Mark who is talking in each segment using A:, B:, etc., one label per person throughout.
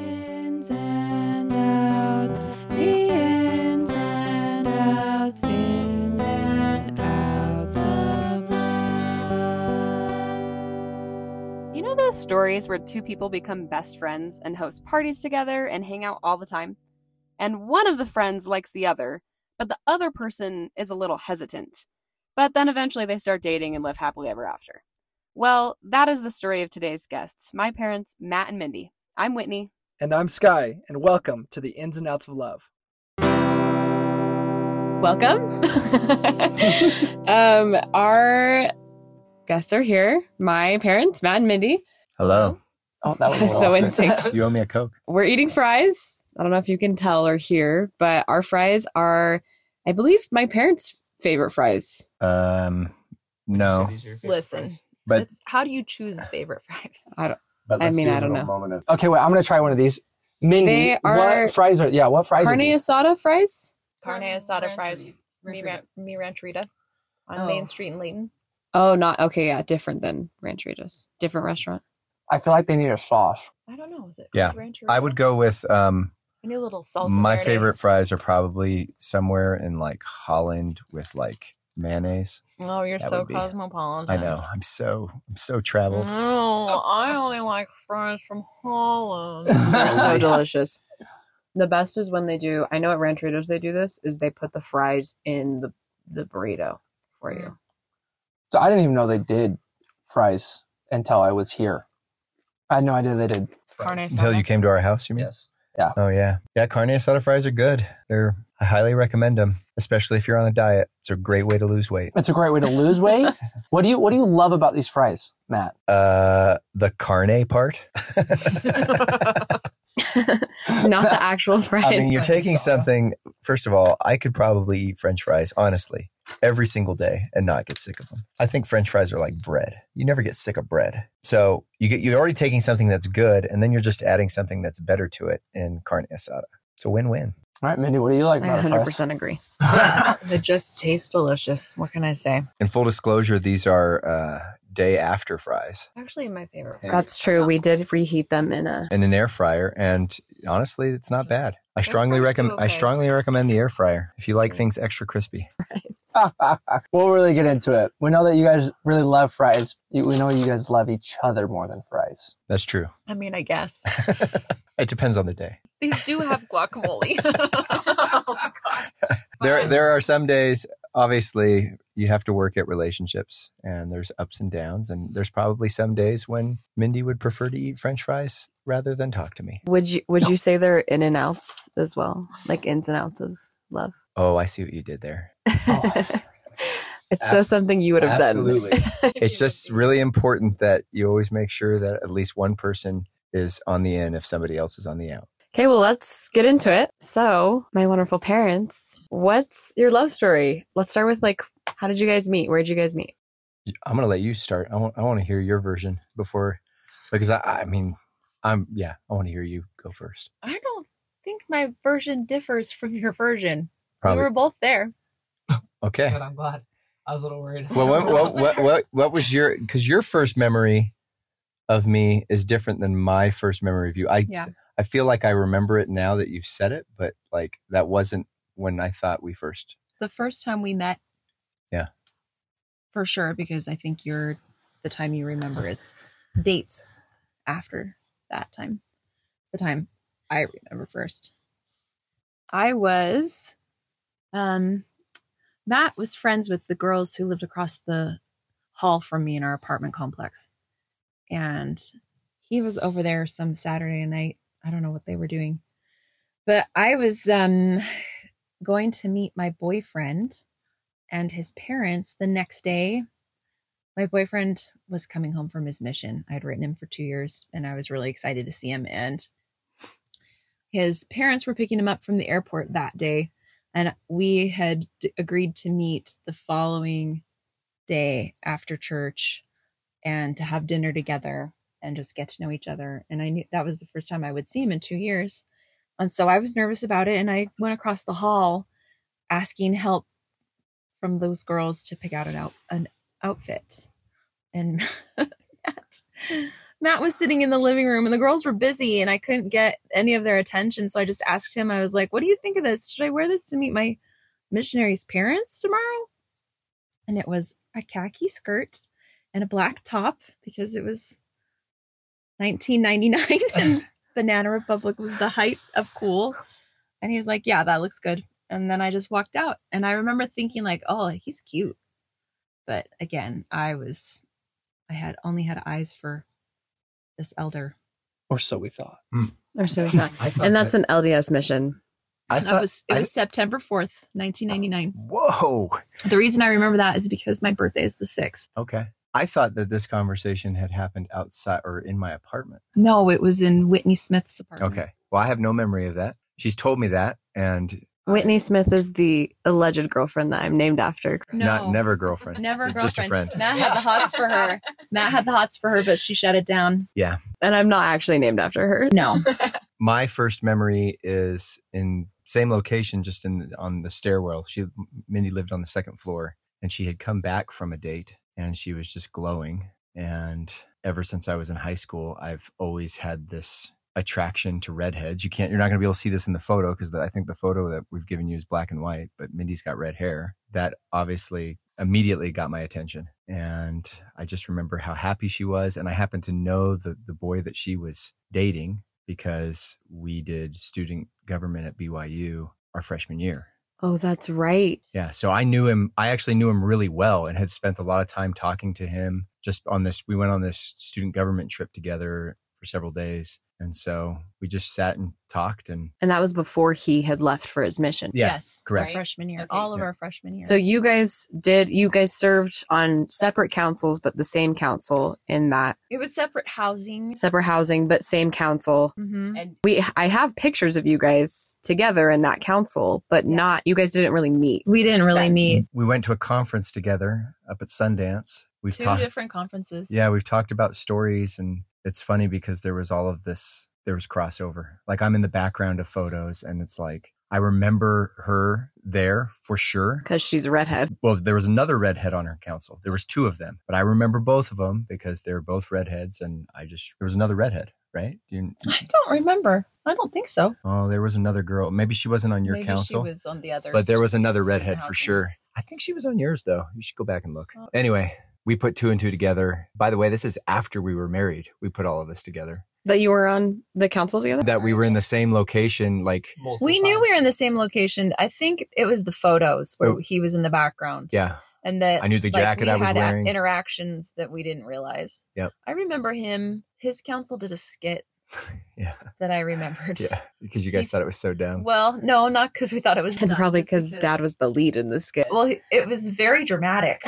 A: ins and outs, the ins and outs, ins and outs of love.
B: You know those stories where two people become best friends and host parties together and hang out all the time? And one of the friends likes the other, but the other person is a little hesitant. But then eventually they start dating and live happily ever after. Well, that is the story of today's guests my parents, Matt and Mindy. I'm Whitney.
C: And I'm Sky, and welcome to the Ins and Outs of Love.
D: welcome. um, our guests are here. My parents, Matt and Mindy.
E: Hello.
F: Oh, that was
D: so
F: awkward.
D: insane.
E: You owe me a Coke.
D: We're eating fries. I don't know if you can tell or hear, but our fries are, I believe, my parents' favorite fries.
E: Um, no,
G: Listen,
E: but
G: it's, how do you choose favorite fries?
F: But
D: I
F: let's
D: mean,
F: do
D: I
F: a
D: don't
F: little
D: know.
F: moment of- okay, wait. I'm gonna try one of these. Mindy,
D: They are
F: what fries are? Yeah, what fries
D: Carne
F: are these?
D: asada fries.
G: Carne asada fries, mi, ran- mi rancherita on
D: Oh.
G: Main Street in Layton.
D: Oh, not okay. Yeah, different than rancheritos. Different restaurant.
F: I feel like they need a sauce.
G: I don't know. Is it?
E: Yeah,
G: called rancherita?
E: I would go with um,
G: I need a little salsa.
E: my
G: marinade.
E: favorite fries are probably somewhere in like Holland with like mayonnaise.
G: Oh, you're
E: that
G: so
E: would be-
G: cosmopolitan.
E: I know. I'm so I'm so traveled.
G: Mm-hmm. No, I only like fries from Holland.
D: They're so delicious. The best is when they do. I know at Rancheritos they do this. Is they put the fries in the the burrito for you.
F: So I didn't even know they did fries until I was here. I had no idea they did.
G: Carne
E: Until you
G: asada.
E: came to our house, you mean?
F: Yes.
E: Oh yeah, yeah. Carne asada fries are good. They're I highly recommend them, especially if you're on a diet. It's a great way to lose weight.
F: It's a great way to lose weight. what do you What do you love about these fries, Matt?
E: Uh, the carne part.
D: Not the actual fries.
E: I mean, you're
F: fries and
E: taking
F: soda.
E: something. First of all, I could probably eat French fries honestly every single day and not get sick of them. I think French fries are like bread. You never get sick of bread. So you get you're already taking something that's good, and then you're just adding something that's better to it in carne asada. It's a win-win.
F: All right, Mindy, what do you like
D: I
F: about
D: 100
F: our fries?
D: percent agree.
G: They just taste delicious. What can I say?
E: In full disclosure, these are uh, day after fries
G: Actually, my favorite. fries.
D: That's true. We did reheat them in a.
E: in an air fryer, and honestly, it's not bad. I strongly
G: fryers do
E: recommend. I
G: okay.
E: strongly recommend the air fryer if you like things extra crispy.
F: we'll really get into it. We know that you guys really love fries. You- We know you guys love each other more than fries.
E: That's true.
G: I mean, I guess
E: it depends on the day.
G: these do have guacamole.
E: there
G: Fine.
E: there are some days obviously you have to work at relationships and there's ups and downs and there's probably some days when mindy would prefer to eat french fries rather than talk to me
D: Would you Would you say they're in and outs as well, like ins and outs of love?
E: oh i see what you did there
F: Oh,
D: it's so
F: Absol-
D: something you would have done.
F: Absolutely.
E: it's just really important that you always make sure that at least one person is on the in if somebody else is on the out
D: Okay, well, let's get into it. So, my wonderful parents, what's your love story? Let's start with like, how did you guys meet? Where did you guys meet?
E: i'm gonna let you start i want, I want to hear your version before because i i mean i'm yeah i want to hear you go first
G: I don't think my version differs from your version. We
E: probably
G: were both there.
E: okay
F: I'm glad. I was a little worried.
E: well, what, what, what, what, what was your, because your first memory of me is different than my first memory of you. I,
G: Yeah.
E: I feel like I remember it now that you've said it, but like that wasn't when I thought we first.
G: The first time we met.
E: Yeah.
G: For sure, because I think you're the time you remember is dates after that time. The time I remember first. I was um Matt was friends with the girls who lived across the hall from me in our apartment complex. And he was over there some Saturday night. I don't know what they were doing. But I was um going to meet my boyfriend and his parents the next day. My boyfriend was coming home from his mission. I'd written him for two years and I was really excited to see him. And his parents were picking him up from the airport that day. And we had d- agreed to meet the following day after church and to have dinner together and just get to know each other. And I knew that was the first time I would see him in two years. And so I was nervous about it. And I went across the hall asking help from those girls to pick out an, out, an outfit. And Matt, Matt was sitting in the living room and the girls were busy and I couldn't get any of their attention. So I just asked him, I was like, What do you think of this? Should I wear this to meet my missionary's parents tomorrow? And it was a khaki skirt and a black top because it was 1999 and Banana Republic was the height of cool. And he was like, Yeah, that looks good. And then I just walked out. And I remember thinking, like, oh, he's cute. But again, I was I had only had eyes for this elder.
H: Or so we thought.
D: Or so we thought.
E: I thought
D: And that's
E: that-
D: an LDS mission.
E: I
G: That
E: thought.
G: was it
E: I-
G: was September fourth, nineteen ninety nine.
E: whoa.
G: The reason I remember that is because my birthday is the sixth.
E: Okay. I thought that this conversation had happened outside or in my apartment.
G: No, it was in Whitney Smith's apartment.
E: Okay. Well, I have no memory of that. She's told me that, and
D: Whitney Smith is the alleged girlfriend that I'm named after.
G: No,
E: not never girlfriend.
G: Never girlfriend.
E: Just a friend.
G: Matt had the hots for her. Matt had the hots for her, but she shut it down.
D: And I'm not actually named after her.
G: No.
E: My first memory is in same location, just in on the stairwell. She Mindy lived on the second floor, and she had come back from a date, and she was just glowing. And ever since I was in high school, I've always had this attraction to redheads. You can't, you're not going to be able to see this in the photo because I think the photo that we've given you is black and white, but Mindy's got red hair. That obviously immediately got my attention. And I just remember how happy she was. And I happened to know the, the boy that she was dating because we did student government at BYU our freshman year.
D: Oh, that's right.
E: Yeah. So I knew him. I actually knew him really well and had spent a lot of time talking to him just on this. We went on this student government trip together for several days. And so we just sat and talked and
D: And that was before he had left for his mission.
E: yeah,
G: yes.
E: correct.
G: Freshman year.
I: Okay.
G: All of
E: Yeah.
G: our freshman year.
D: So you guys did you guys served on separate councils but the same council in that
G: it was separate housing.
D: separate housing but same council.
G: Mm-hmm.
D: We I have pictures of you guys together in that council, but not you guys didn't really meet.
G: We didn't really
D: Right.
G: meet.
E: we went to a conference together up at Sundance. We've
G: Two
E: talked.
G: different conferences.
E: Yeah, we've talked about stories, and it's funny because there was all of this, there was crossover. Like I'm in the background of photos, and it's like, I remember her there for sure.
D: Because she's a redhead.
E: Well, there was another redhead on her council. There was two of them, but I remember both of them because they're both redheads, and I just there was another redhead, right? You,
G: I don't remember. I don't think so.
E: oh, there was another girl. Maybe she wasn't on your
G: Maybe
E: council.
G: she was on the other.
E: But there was another
G: student
E: redhead for
G: housing.
E: sure. I think she was on yours though. You should go back and look.
G: Oh.
E: Anyway, we put two and two together. By the way, this is after we were married. We put all of this together.
D: That you were on the council together?
E: That we were in the same location. Like,
F: Multiple
G: We knew we were
F: times.
G: in the same location. I think it was the photos where
E: Oh.
G: he was in the background.
E: yeah,
G: and that
E: I knew the
G: like,
E: jacket
G: we
E: I was
G: had a-
E: wearing.
G: interactions that we didn't realize.
E: Yep.
G: I remember him. His council did a skit
E: yeah,
G: that I remembered.
E: yeah. Because you guys
G: He's-
E: thought it was so dumb.
G: Well, no, not because we thought it was.
D: And
G: dumb,
D: probably
G: just
D: because dad was the lead in the skit.
G: Well, it was very dramatic,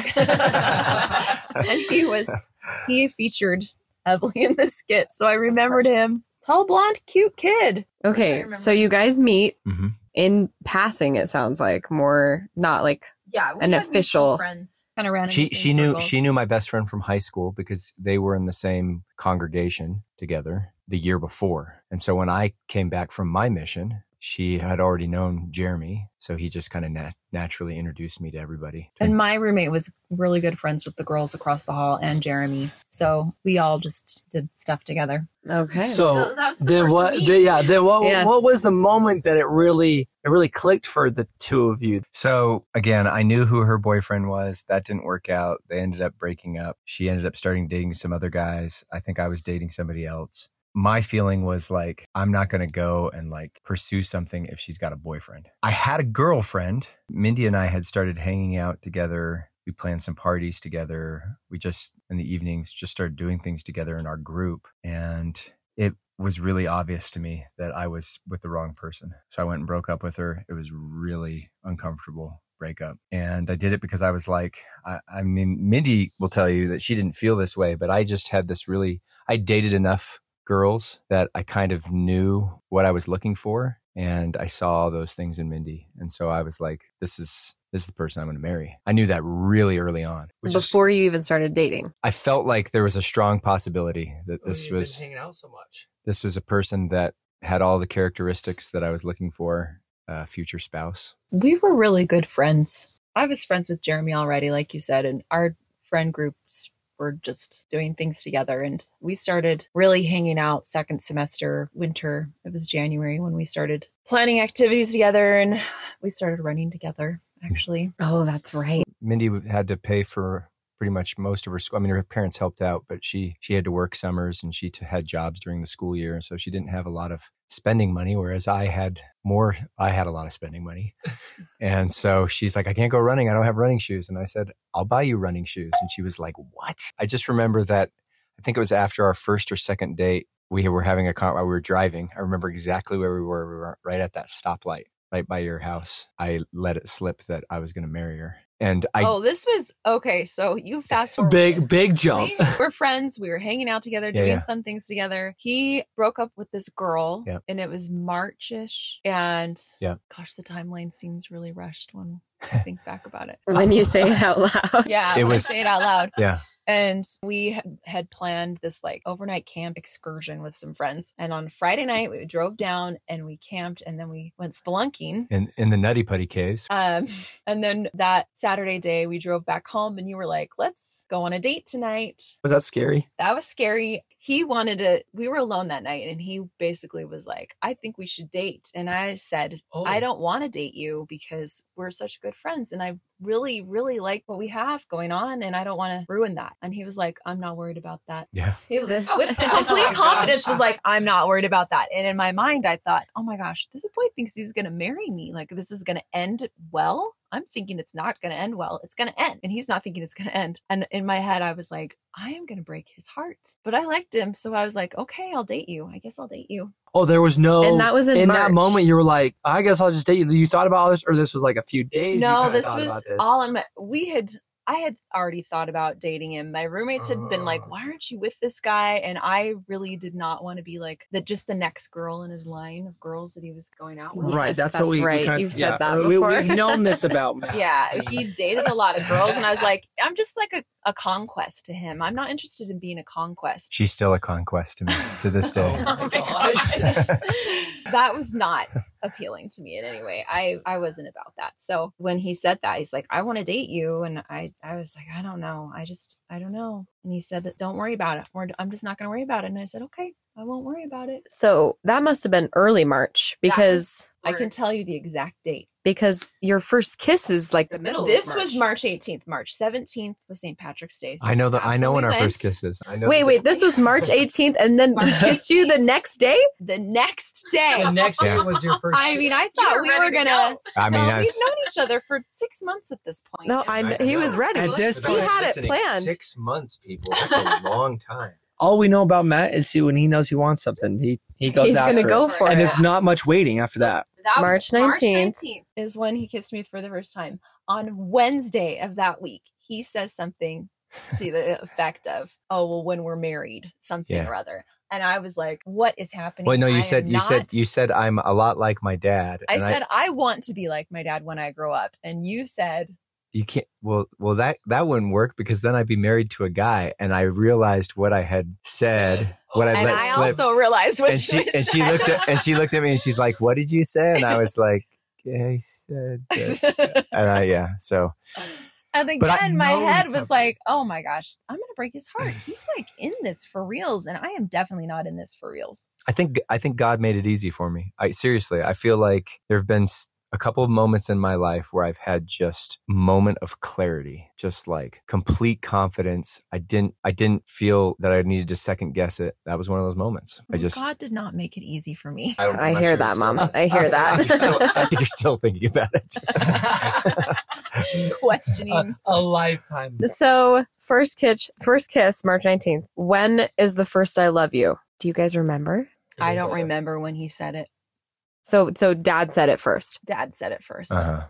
G: and he was he featured heavily in the skit. So I remembered him, tall, blonde, cute kid.
D: Okay, so you guys meet
E: Mhm.
D: in passing. It sounds like more not like
G: Yeah,
D: An had mutual official-
G: friends kind of ran.
E: she she knew she knew my best friend from high school because they were in the same congregation together the year before and so when i came back from my mission she had already known jeremy so he just kind of nat- naturally introduced me to everybody
G: And my roommate was really good friends with the girls across the hall and Jeremy. So we all just did stuff together.
D: okay.
E: Oh,
F: So then what? then- yeah. Then what?
D: Yes.
F: What was the moment that it really it really clicked for the two of you?
E: so again i knew who her boyfriend was that didn't work out they ended up breaking up she ended up starting dating some other guys i think i was dating somebody else my feeling was like i'm not going to go and like pursue something if she's got a boyfriend i had a girlfriend mindy and i had started hanging out together we planned some parties together we just in the evenings just started doing things together in our group and it was really obvious to me that i was with the wrong person so i went and broke up with her it was really uncomfortable breakup and i did it because i was like I, I mean mindy will tell you that she didn't feel this way but i just had this really i dated enough girls that I kind of knew what I was looking for and I saw all those things in Mindy and so I was like this is this is the person I'm going to marry. I knew that really early on. Which is-
D: Before you even started dating,
E: I felt like there was a strong possibility that
F: Oh,
E: this was
F: hanging out so much.
E: this was a person that had all the characteristics that I was looking for a future spouse.
G: We were really good friends. I was friends with Jeremy already, like you said, and our friend groups were just doing things together. And we started really hanging out second semester, winter. It was January when we started planning activities together and we started running together, actually.
D: Oh, that's right.
E: Mindy had to pay for pretty much most of her school. I mean, her parents helped out, but she she had to work summers and she t- had jobs during the school year, so she didn't have a lot of spending money. Whereas I had more. I had a lot of spending money, and so she's like, "I can't go running. I don't have running shoes." And I said, "I'll buy you running shoes." And she was like, "What?" I just remember that. I think it was after our first or second date. We were having a con while we were driving. I remember exactly where we were. We were right at that stoplight, right by your house. I let it slip that I was going to marry her. And I
G: oh, this was okay. So you fast forward.
F: Big, big jump.
G: We were friends. We were hanging out together,
E: Yeah,
G: doing
E: yeah.
G: fun things together. He broke up with this girl,
E: Yep.
G: and it was Marchish. And
E: Yeah.
G: gosh, the timeline seems really rushed when I think back about it.
D: When you say it out loud.
G: Yeah,
E: It
G: it
E: was-
G: was say it out loud.
E: Yeah.
G: And we ha- had planned this like overnight camp excursion with some friends. And on Friday night, we drove down and we camped, and then we went spelunking.
E: in in the Nutty Putty caves.
G: Um, and then that Saturday day, we drove back home, and you were like, "Let's go on a date tonight."
F: Was that scary?
G: That was scary. He wanted to. We were alone that night, and he basically was like, "I think we should date." And I said,
F: Oh.
G: "I don't want to date you because we're such good friends, and I really, really like what we have going on, and I don't want to ruin that." And he was like, "I'm not worried about that."
E: Yeah.
G: He was-
D: This-
G: with
D: Oh
G: complete
D: my
G: confidence,
D: gosh.
G: was like, "I'm not worried about that." And in my mind, I thought, "Oh my gosh, this boy thinks he's going to marry me. Like this is going to end well." I'm thinking it's not going to end well. It's going to end. And he's not thinking it's going to end. And in my head, I was like, I am going to break his heart. But I liked him. So I was like, okay, I'll date you. I guess I'll date you.
F: Oh, there was no.
D: and that was in,
F: in that
D: March.
F: moment, you were like, "I guess I'll just date you." You thought about all this, or this was like a few days. you
G: no,
F: kinda
G: this
F: thought
G: was
F: about this?
G: all in my. We had. I had already thought about dating him. My roommates had been
F: Oh.
G: like, "Why aren't you with this guy?" And I really did not want to be like the just the next girl in his line of girls that he was going out with.
F: Right,
D: Yes,
F: that's, what
D: that's
F: we, we
D: right.
F: kinda-
D: You've said
F: yeah,
D: that
F: we,
D: before.
F: We've known this about Matt.
G: Yeah, he dated a lot of girls, and I was like, "I'm just like a, a conquest to him. I'm not interested in being a conquest."
E: She's still a conquest to me to this day.
G: Oh my gosh. that was not appealing to me in any way. I I wasn't about that. So when he said that, he's like, "I want to date you," and I I was like, "I don't know. I just I don't know." And he said, "Don't worry about it. We're, I'm just not going to worry about it." And I said, "Okay, I won't worry about it."
D: So that must have been early March
G: That was-
D: because
G: I can tell you the exact date.
D: because your first kiss is like
B: The middle.
G: This was March 18th. March 17th was St. Patrick's Day.
E: I know that I know
G: So
E: when
G: we
E: our
G: went
E: first kiss is. I know
D: Wait,
E: the
D: wait, this was March 18th and then he
G: March
D: kissed you the next day?
G: The next day.
J: The next day
E: Yeah.
J: was your first.
G: I mean, I thought
B: were
G: we were
B: ready to
G: gonna.
B: go.
E: date. I mean,
G: no,
E: I
G: we've
E: was,
G: known each other for six months at this point.
D: No, I
E: Right.
D: he was ready.
F: At this
D: He
F: point,
D: had it planned.
E: Six months, people. That's a long time.
F: all we know about Matt is he, when he knows he wants something, he he goes
D: He's
F: after
D: gonna go
F: it.
D: for
F: and
D: it.
F: it's not much waiting after that.
G: That
D: March
G: was
D: 19th.
G: 19th is when he kissed me for the first time. On Wednesday of that week, he says something to the effect of, "Oh, well, when we're married, something
E: Yeah.
G: or other." And I was like, "What is happening?"
E: Well, no,
G: I
E: you
G: am
E: said you said
G: not-
E: you said I'm a lot like my dad.
G: I
E: and
G: said I, want to be like my dad when I grow up, and you said,
E: you can't. Well, well, that that wouldn't work because then I'd be married to a guy, and I realized what I had said, what I'd
G: and
E: let
G: I
E: slip,
G: also realized what
E: and
G: you
E: she
G: had
E: and she
G: said.
E: looked at and she looked at me and she's like, "What did you say?" And I was like, "I said," that." and I yeah. So
G: And
E: But I
G: again, my
E: know
G: head
E: you
G: was
E: have-
G: like, oh my gosh, I'm going to break his heart. He's like in this for reals. And I am definitely not in this for reals.
E: I think I think God made it easy for me. I seriously, I feel like there have been s- a couple of moments in my life where I've had just moment of clarity, just like complete confidence. I didn't I didn't feel that I needed to second guess it. That was one of those moments. I just
G: Oh, God did not make it easy for me.
E: don't- I'm
D: I
E: not
D: hear
E: sure
D: that,
E: it's-
D: Mom. I hear
E: I'm still- I
D: that.
E: think you're still thinking about it.
G: Questioning.
J: a lifetime.
D: so, first kiss, first kiss March 19th. When is the first I love you? Do you guys remember?
G: I don't remember when he said it.
D: So so dad said it first.
G: Dad said it 1st
E: uh-huh.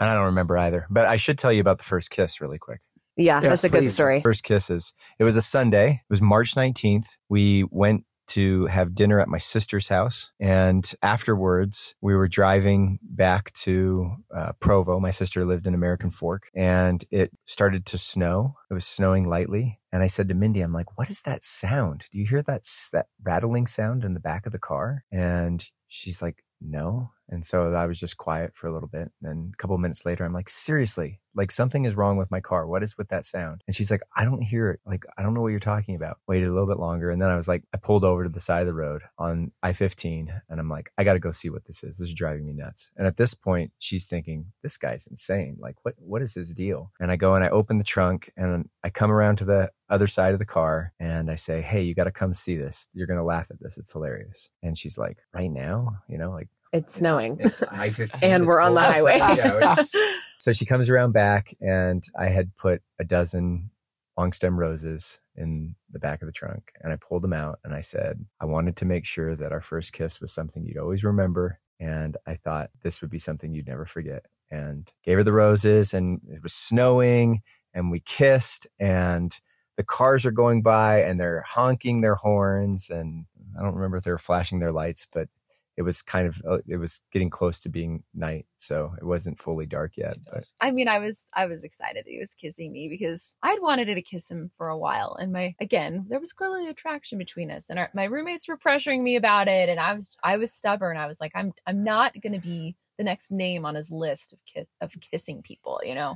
E: And I don't remember either. But I should tell you about the first kiss really quick.
D: Yeah,
F: Yes,
D: that's a good
F: please.
D: story.
E: First kisses. It was a Sunday. It was March 19th. We went to have dinner at my sister's house. And afterwards, we were driving back to uh, Provo. My sister lived in American Fork and it started to snow. It was snowing lightly. And I said to Mindy, I'm like, what is that sound? Do you hear that, s- that rattling sound in the back of the car? And she's like, no. And so I was just quiet for a little bit. Then a couple of minutes later, I'm like, seriously, like something is wrong with my car. What is with that sound? And she's like, I don't hear it. Like, I don't know what you're talking about. Waited a little bit longer. And then I was like, I pulled over to the side of the road on I 15 and I'm like, I got to go see what this is. This is driving me nuts. And at this point, she's thinking, this guy's insane. Like, what, what is his deal? And I go and I open the trunk and I come around to the other side of the car and I say, Hey, you got to come see this. You're going to laugh at this. It's hilarious. And she's like, right now, you know, like,
D: It's snowing.
E: it's I-15,
D: And
E: it's
D: we're on the
E: cold
D: highway.
E: outside. Yeah, we're- so she comes around back, and I had put a dozen long stem roses in the back of the trunk, and I pulled them out, and I said, I wanted to make sure that our first kiss was something you'd always remember, and I thought this would be something you'd never forget. And gave her the roses, and it was snowing, and we kissed, and the cars are going by, and they're honking their horns, and I don't remember if they were flashing their lights, but it was kind of uh, it was getting close to being night so it wasn't fully dark yet but
G: I mean, I was I was excited that he was kissing me because I'd wanted to kiss him for a while, and my again there was clearly attraction between us, and our, my roommates were pressuring me about it, and I was I was stubborn. I was like, I'm I'm not going to be the next name on his list of ki- of kissing people, you know.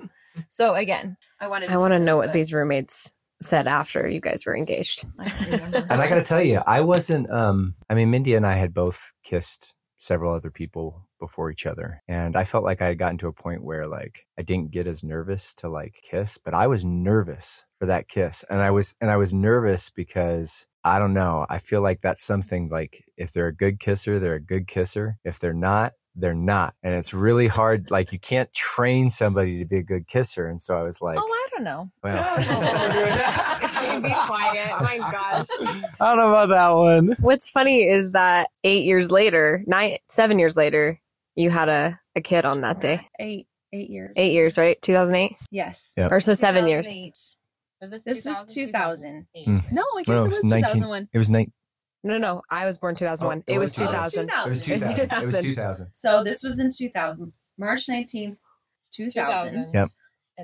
G: So again, I wanted.
D: I want to
G: kiss him,
D: know what
G: but
D: these roommates said after you guys were engaged.
G: I don't remember.
E: and i gotta tell you i wasn't um i mean mindy and i had both kissed several other people before each other and i felt like i had gotten to a point where like i didn't get as nervous to like kiss but i was nervous for that kiss and i was and i was nervous because i don't know i feel like that's something like if they're a good kisser they're a good kisser if they're not they're not and it's really hard like you can't train somebody to be a good kisser and so i was like
G: oh, I don't know.
D: Be quiet. My gosh.
J: I don't know about that one.
D: What's funny is that eight years later, nine, seven years later, you had a, a kid on that day.
G: Eight eight years.
D: Eight years, right? 2008?
G: Yes.
E: Yep.
D: Or so seven years.
G: 2008.
A: Was
G: This was 2000.
J: Hmm.
E: Mm.
G: No, I guess
E: No,
G: it
E: it
G: was
E: was 19.
G: 2001.
E: it was night
D: No, no, no. I was born 2001.
E: Oh, it
D: it was
E: was
D: 2000.
E: 2000.
G: It was
D: 2000. It was
E: 2000
G: So this was in 2000, March 19th, 2000.
E: Yep.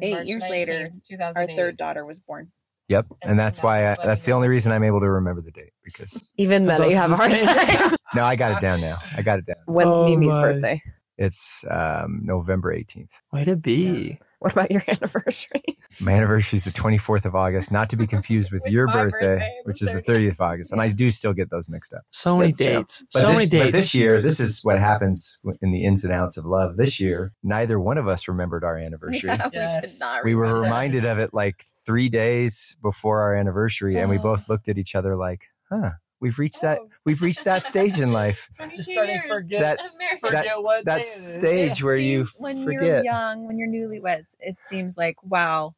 G: Eight years later, Our third daughter was born.
E: Yep.
A: And
E: And,
A: so
E: that's
A: now
E: why I,
A: it's like
E: that's the
A: now-
E: only reason I'm able to remember the date because
D: Even then,
J: That's
D: you have a
J: awesome.
D: hard time.
E: no, I got it down now. I got it down.
D: When's
J: Oh
D: Mimi's
J: my.
D: birthday?
E: It's um, November 18th.
J: Way to be.
D: What about your anniversary?
E: My anniversary is the 24th of August, not to be confused with,
G: With
E: your
G: my
E: birthday,
G: birthday, the
E: which is the 30th of August. And I do still get those mixed up.
J: So many
D: That's true.
J: dates.
E: But,
J: So
E: this,
J: many dates.
E: but this year, this is what happens in the ins and outs of love. This year, neither one of us remembered our anniversary.
G: Yeah, we did
J: Yes.
G: not
E: We were
G: remember.
E: reminded of it like three days before our anniversary, and we
G: Oh.
E: both looked at each other like, huh, we've reached that
D: Oh.
E: we've reached that stage in life.
J: Just starting to forget,
E: That
J: forget
E: that-
J: what
E: that
J: day it is.
E: stage
G: It
E: where you
G: seems when you're
E: forget.
G: young, when you're newlyweds, it seems like wow,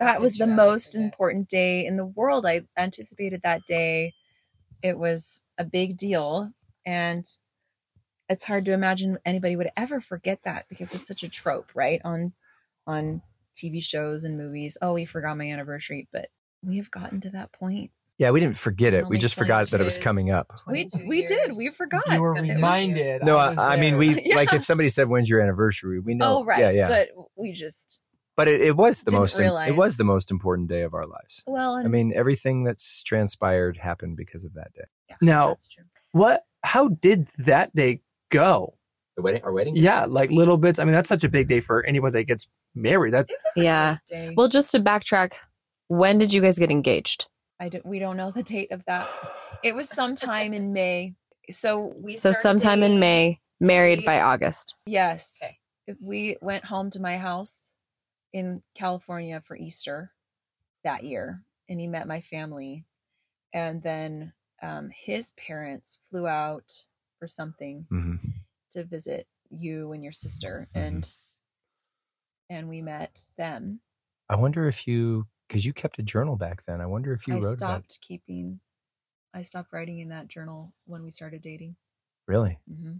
G: that was the most important day in the world. I anticipated that day. It was a big deal, and it's hard to imagine anybody would ever forget that because it's such a trope, right? On on TV shows and movies. Oh, we forgot my anniversary, but we have gotten to that point.
E: Yeah, we didn't forget it. We
G: Only
E: just forgot that it was coming up.
G: We we did. We forgot.
J: You were
G: that it was-
J: reminded.
E: No,
J: was
E: I, I mean
J: there.
E: we
G: Yeah.
E: like if somebody said when's your anniversary, we know.
G: Oh right,
E: Yeah, yeah. But,
G: but we just
E: it, it was the
G: Didn't
E: most im-
G: realize.
E: it was the most important day of our lives.
G: well. And,
E: I mean, everything that's transpired happened because of that day.
G: yeah,
J: Now-
G: that's true.
J: What? How did that day go?
E: The wedding, our wedding.
J: Yeah, like little bits. I mean, that's such a big day for anyone that gets married. That's
G: It was a
D: Yeah.
G: great day.
D: Well, just to backtrack, when did you guys get engaged?
G: I don't, we don't know the date of that. It was sometime in May. So we
D: So
G: started
D: sometime in
G: dating-
D: May, married
G: We-
D: by August.
G: Yes. We went home to my house in California for Easter that year and he met my family and then um, his parents flew out for something
E: hmm
G: to visit you and your sister
E: Mhm.
G: and and we met them.
E: I wonder if you because you kept a journal back then. I wonder if you
G: I
E: wrote about it.
G: stopped keeping I stopped writing in that journal when we started dating.
E: Really,
G: hmm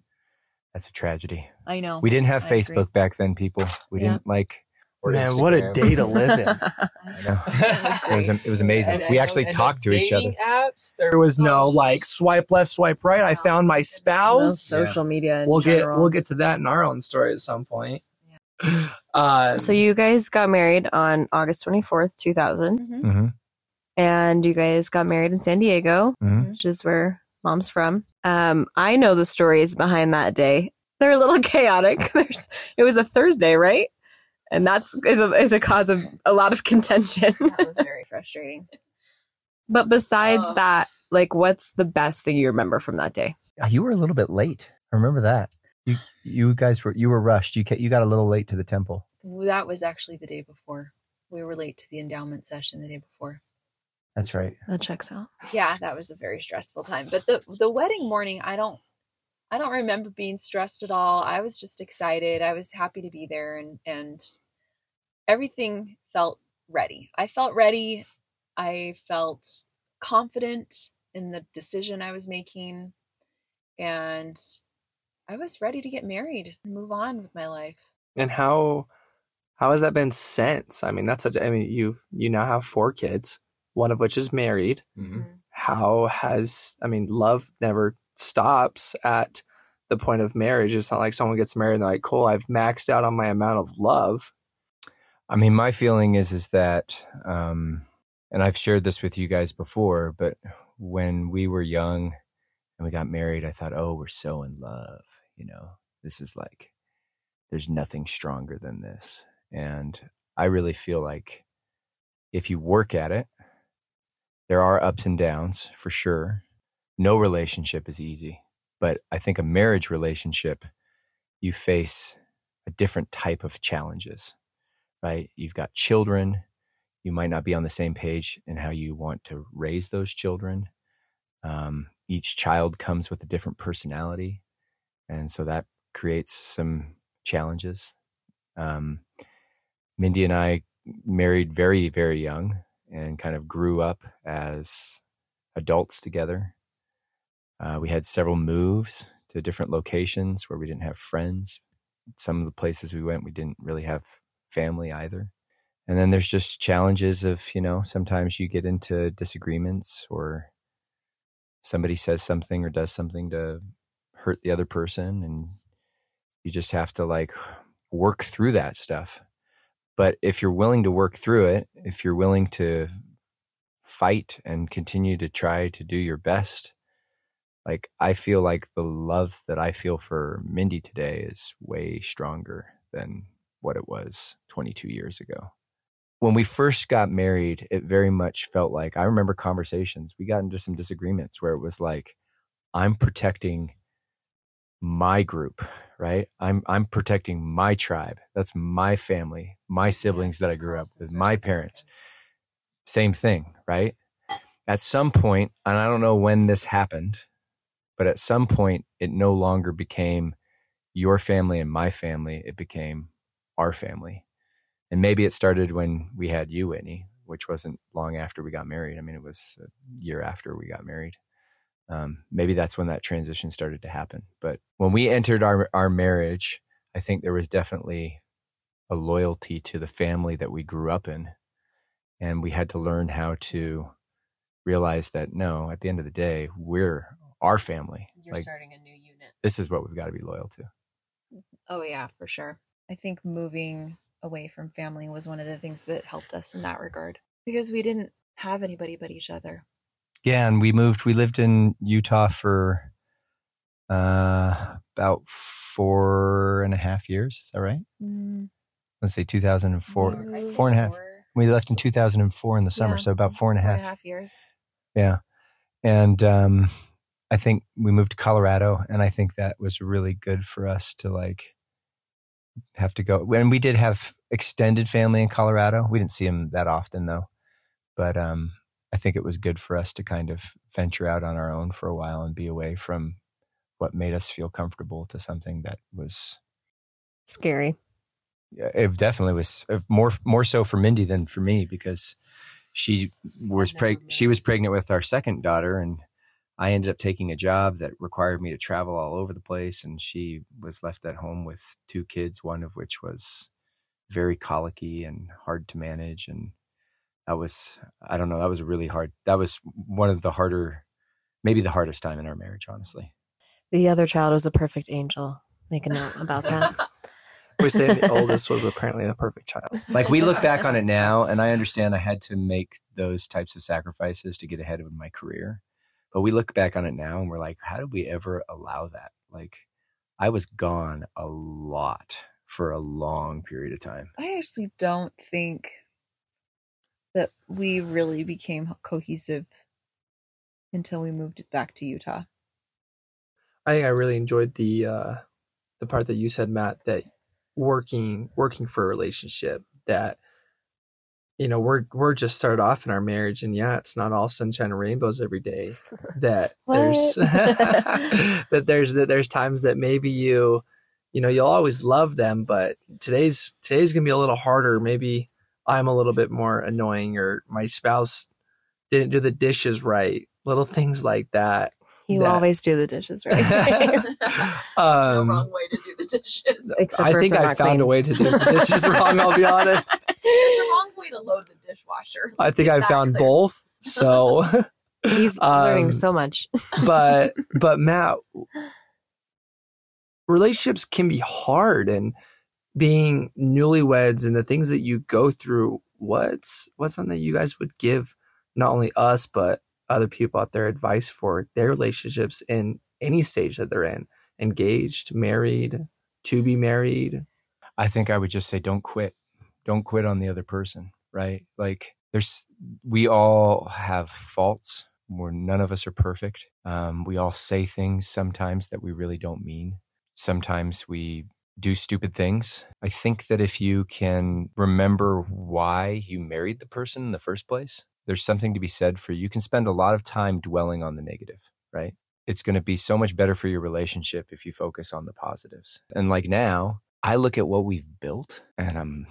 E: that's a tragedy.
G: I
J: Oh
G: know.
E: We didn't have
G: I agree.
E: Facebook back then, people. We
G: Yeah.
E: didn't like. or
J: man, what a
E: Instagram.
J: day to live in.
E: I know.
G: was
E: it was am- it was amazing.
J: And
E: We
J: I
E: actually
J: know- and
E: talked
J: the
E: to each other.
J: dating Apps, there was no like swipe left, swipe right. I found my
D: No
J: spouse.
D: social media. In
J: we'll get
D: general.
J: we'll get to that in our own story at some point. Uh,
D: So you guys got married on August twenty fourth, two thousand,
G: Mhm.
E: hmm
D: and you guys got married in San Diego,
E: Mhm.
D: which is where mom's from. Um, I know the stories behind that day. They're a little chaotic. There's it was a Thursday, right? And that's is a is a cause of a lot of contention.
G: That was very frustrating.
D: But besides
G: Oh.
D: that, like what's the best thing you remember from that day?
K: Ah, You were a little bit late. I remember that. You you guys were you were rushed. You ca- you got a little late to the temple.
G: That was actually the day before. We were late to the endowment session the day before.
K: That's right.
B: That checks out.
G: Yeah, that was a very stressful time. But the the wedding morning, I don't I don't remember being stressed at all. I was just excited. I was happy to be there and and everything felt ready. I felt ready. I felt confident in the decision I was making and I was ready to get married and move on with my life.
F: And how how has that been since? I mean, that's such. I mean, you you now have four kids, one of which is married.
E: Mm-hmm.
F: How has I mean, love never stops at the point of marriage. It's not like someone gets married and they're like, "Cool, I've maxed out on my amount of love."
E: I mean, my feeling is is that, um, and I've shared this with you guys before, but when we were young and we got married, I thought, oh, we're so in love. You know, this is like, there's nothing stronger than this. And I really feel like if you work at it, there are ups and downs for sure. No relationship is easy, but I think a marriage relationship, you face a different type of challenges right? You've got children. You might not be on the same page in how you want to raise those children. Um, each child comes with a different personality. And so that creates some challenges. Um, Mindy and I married very, very young and kind of grew up as adults together. Uh, we had several moves to different locations where we didn't have friends. Some of the places we went, we didn't really have family either. And then there's just challenges of, you know, sometimes you get into disagreements or somebody says something or does something to hurt the other person. And you just have to like work through that stuff. But if you're willing to work through it, if you're willing to fight and continue to try to do your best, like I feel like the love that I feel for Mindy today is way stronger than what it was 22 years ago. When we first got married, it very much felt like I remember conversations. We got into some disagreements where it was like, I'm protecting my group, right? I'm I'm protecting my tribe. That's my family, my siblings that I grew up with, my parents. Same thing, right? At some point, and I don't know when this happened, but at some point it no longer became your family and my family. It became our family. And maybe it started when we had you, Whitney, which wasn't long after we got married. I mean, it was a year after we got married. Um, maybe that's when that transition started to happen. But when we entered our, our marriage, I think there was definitely a loyalty to the family that we grew up in. And we had to learn how to realize that no, at the end of the day, we're our family.
G: You're
E: like,
G: starting a new unit.
E: this is what we've got to be loyal to.
G: Oh yeah, for sure. I think moving away from family was one of the things that helped us in that regard because we didn't have anybody but each other.
E: Yeah, and we moved. We lived in Utah for uh, about four and a half years. Is that right?
G: Mm,
E: Let's say 2004.
G: Maybe I'd say
E: four and a half.
G: four,
E: We left in 2004 in the summer,
G: Yeah.
E: so about four and a
G: four and
E: half.
G: a half years.
E: Yeah, and um, I think we moved to Colorado, and I think that was really good for us to like have to go. And we did have extended family in Colorado. We didn't see them that often though, but um, I think it was good for us to kind of venture out on our own for a while and be away from what made us feel comfortable to something that was
D: Scary.
E: yeah, it definitely was uh, more more so for Mindy than for me because she was
G: I never
E: preg- she was pregnant with our second daughter and I ended up taking a job that required me to travel all over the place and she was left at home with two kids one of which was very colicky and hard to manage and that was I don't know that was really hard that was one of the harder maybe the hardest time in our marriage honestly
A: The other child was a perfect angel. Make a note about that.
F: We say the oldest was apparently the perfect child.
E: like we look back on it now and i understand i had to make those types of sacrifices to get ahead of my career but we look back on it now and we're like how did we ever allow that like I was gone a lot for a long period of time.
G: I actually don't think that we really became cohesive until we moved back to Utah.
F: I think I really enjoyed the uh, the part that you said, Matt, that working working for a relationship that you know we're we're just started off in our marriage, and yeah, it's not all sunshine and rainbows every day. That there's that there's that there's times that maybe you you know you'll always love them, but today's today's gonna be a little harder. Maybe I'm a little bit more annoying, or my spouse didn't do the dishes right. Little things like that.
A: You
F: That-
A: always do the dishes right.
F: um,
L: wrong way to do the dishes.
A: Except for
F: I
A: if
F: think
A: they're
F: I
A: not
F: found
A: clean.
F: a way to do the dishes wrong. I'll be honest.
L: It's the wrong way to load the dishwasher.
F: I think I found
L: Exactly.
F: both. So,
A: He's
F: Um,
A: learning so much.
F: but but Matt, relationships can be hard, and being newlyweds and the things that you go through. What's what's something that you guys would give not only us but other people out there advice for their relationships in any stage that they're in, engaged, married, to be married.
E: I think I would just say don't quit. Don't quit on the other person, right? Like there's we all have faults. We're none of us are perfect. Um, we all say things sometimes that we really don't mean. Sometimes we do stupid things. I think that if you can remember why you married the person in the first place, there's something to be said for you can spend a lot of time dwelling on the negative, right? It's going to be so much better for your relationship if you focus on the positives. And like now, I look at what we've built and I'm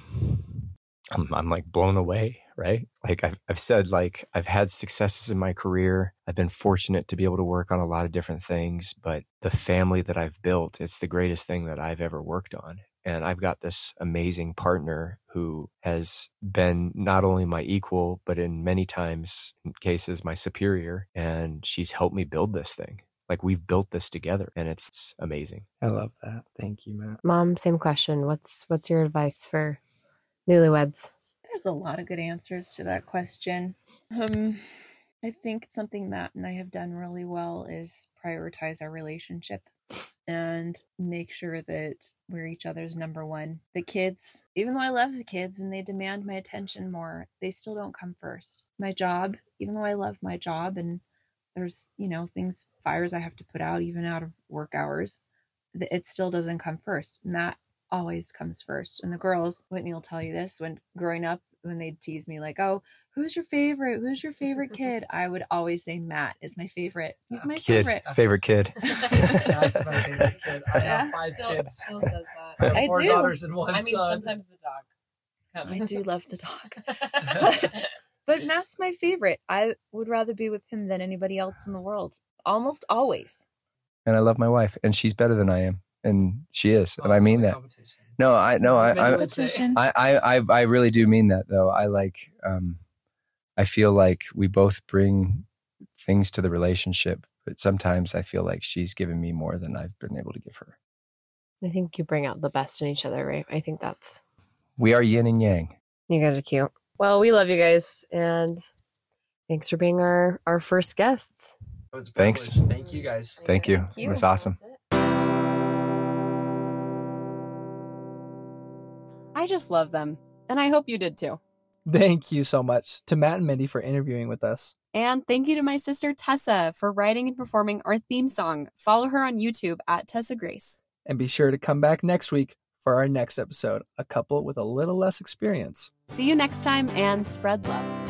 E: I'm, I'm like blown away, right? Like I've, I've said, like I've had successes in my career. I've been fortunate to be able to work on a lot of different things, but the family that I've built, it's the greatest thing that I've ever worked on. And I've got this amazing partner who has been not only my equal, but in many times cases, my superior. And she's helped me build this thing. Like we've built this together and it's amazing.
F: I love that. Thank you, Matt.
A: Mom, same question. What's what's your advice for newlyweds?
G: There's a lot of good answers to that question. Um, I think something Matt and I have done really well is prioritize our relationship and make sure that we're each other's number one. The kids, even though I love the kids and they demand my attention more, they still don't come first. My job, even though I love my job and there's, you know, things, fires I have to put out even out of work hours, th- it still doesn't come first. Matt always comes first. And the girls, Whitney will tell you this when growing up, when they'd tease me, like, oh, who's your favorite? Who's your favorite kid? I would always say, Matt is my favorite. He's my
E: Kid,
G: favorite.
E: favorite kid.
C: That's my favorite kid. I
G: Yeah.
C: have five
L: still,
C: kids.
L: still says
C: I
L: that.
C: have
G: I
C: four
G: do.
C: daughters and one
L: I mean,
C: son.
L: sometimes the dog.
G: I
L: comes.
G: do love the dog. But- But Matt's my favorite. I would rather be with him than anybody else in the world. Almost always.
E: and I love my wife, and she's better than I am, and she is, and I mean that. No, I no, I I,
G: Competition.
E: I I I I really do mean that though. I like, um, I feel like we both bring things to the relationship, but sometimes I feel like she's given me more than I've been able to give her.
A: I think you bring out the best in each other, right? I think that's
E: We are yin and yang.
A: You guys are cute. Well, we love you guys, and thanks for being our our first guests.
F: It was a
E: Thanks.
F: privilege. Thank you guys.
E: Thank you. It was awesome.
B: I just love them, and I hope you did too.
C: Thank you so much to Matt and Mindy for interviewing with us.
B: And thank you to my sister Tessa for writing and performing our theme song. Follow her on YouTube at Tessa Grace.
C: And be sure to come back next week for our next episode A Couple with a Little Less Experience.
B: See you next time and spread love.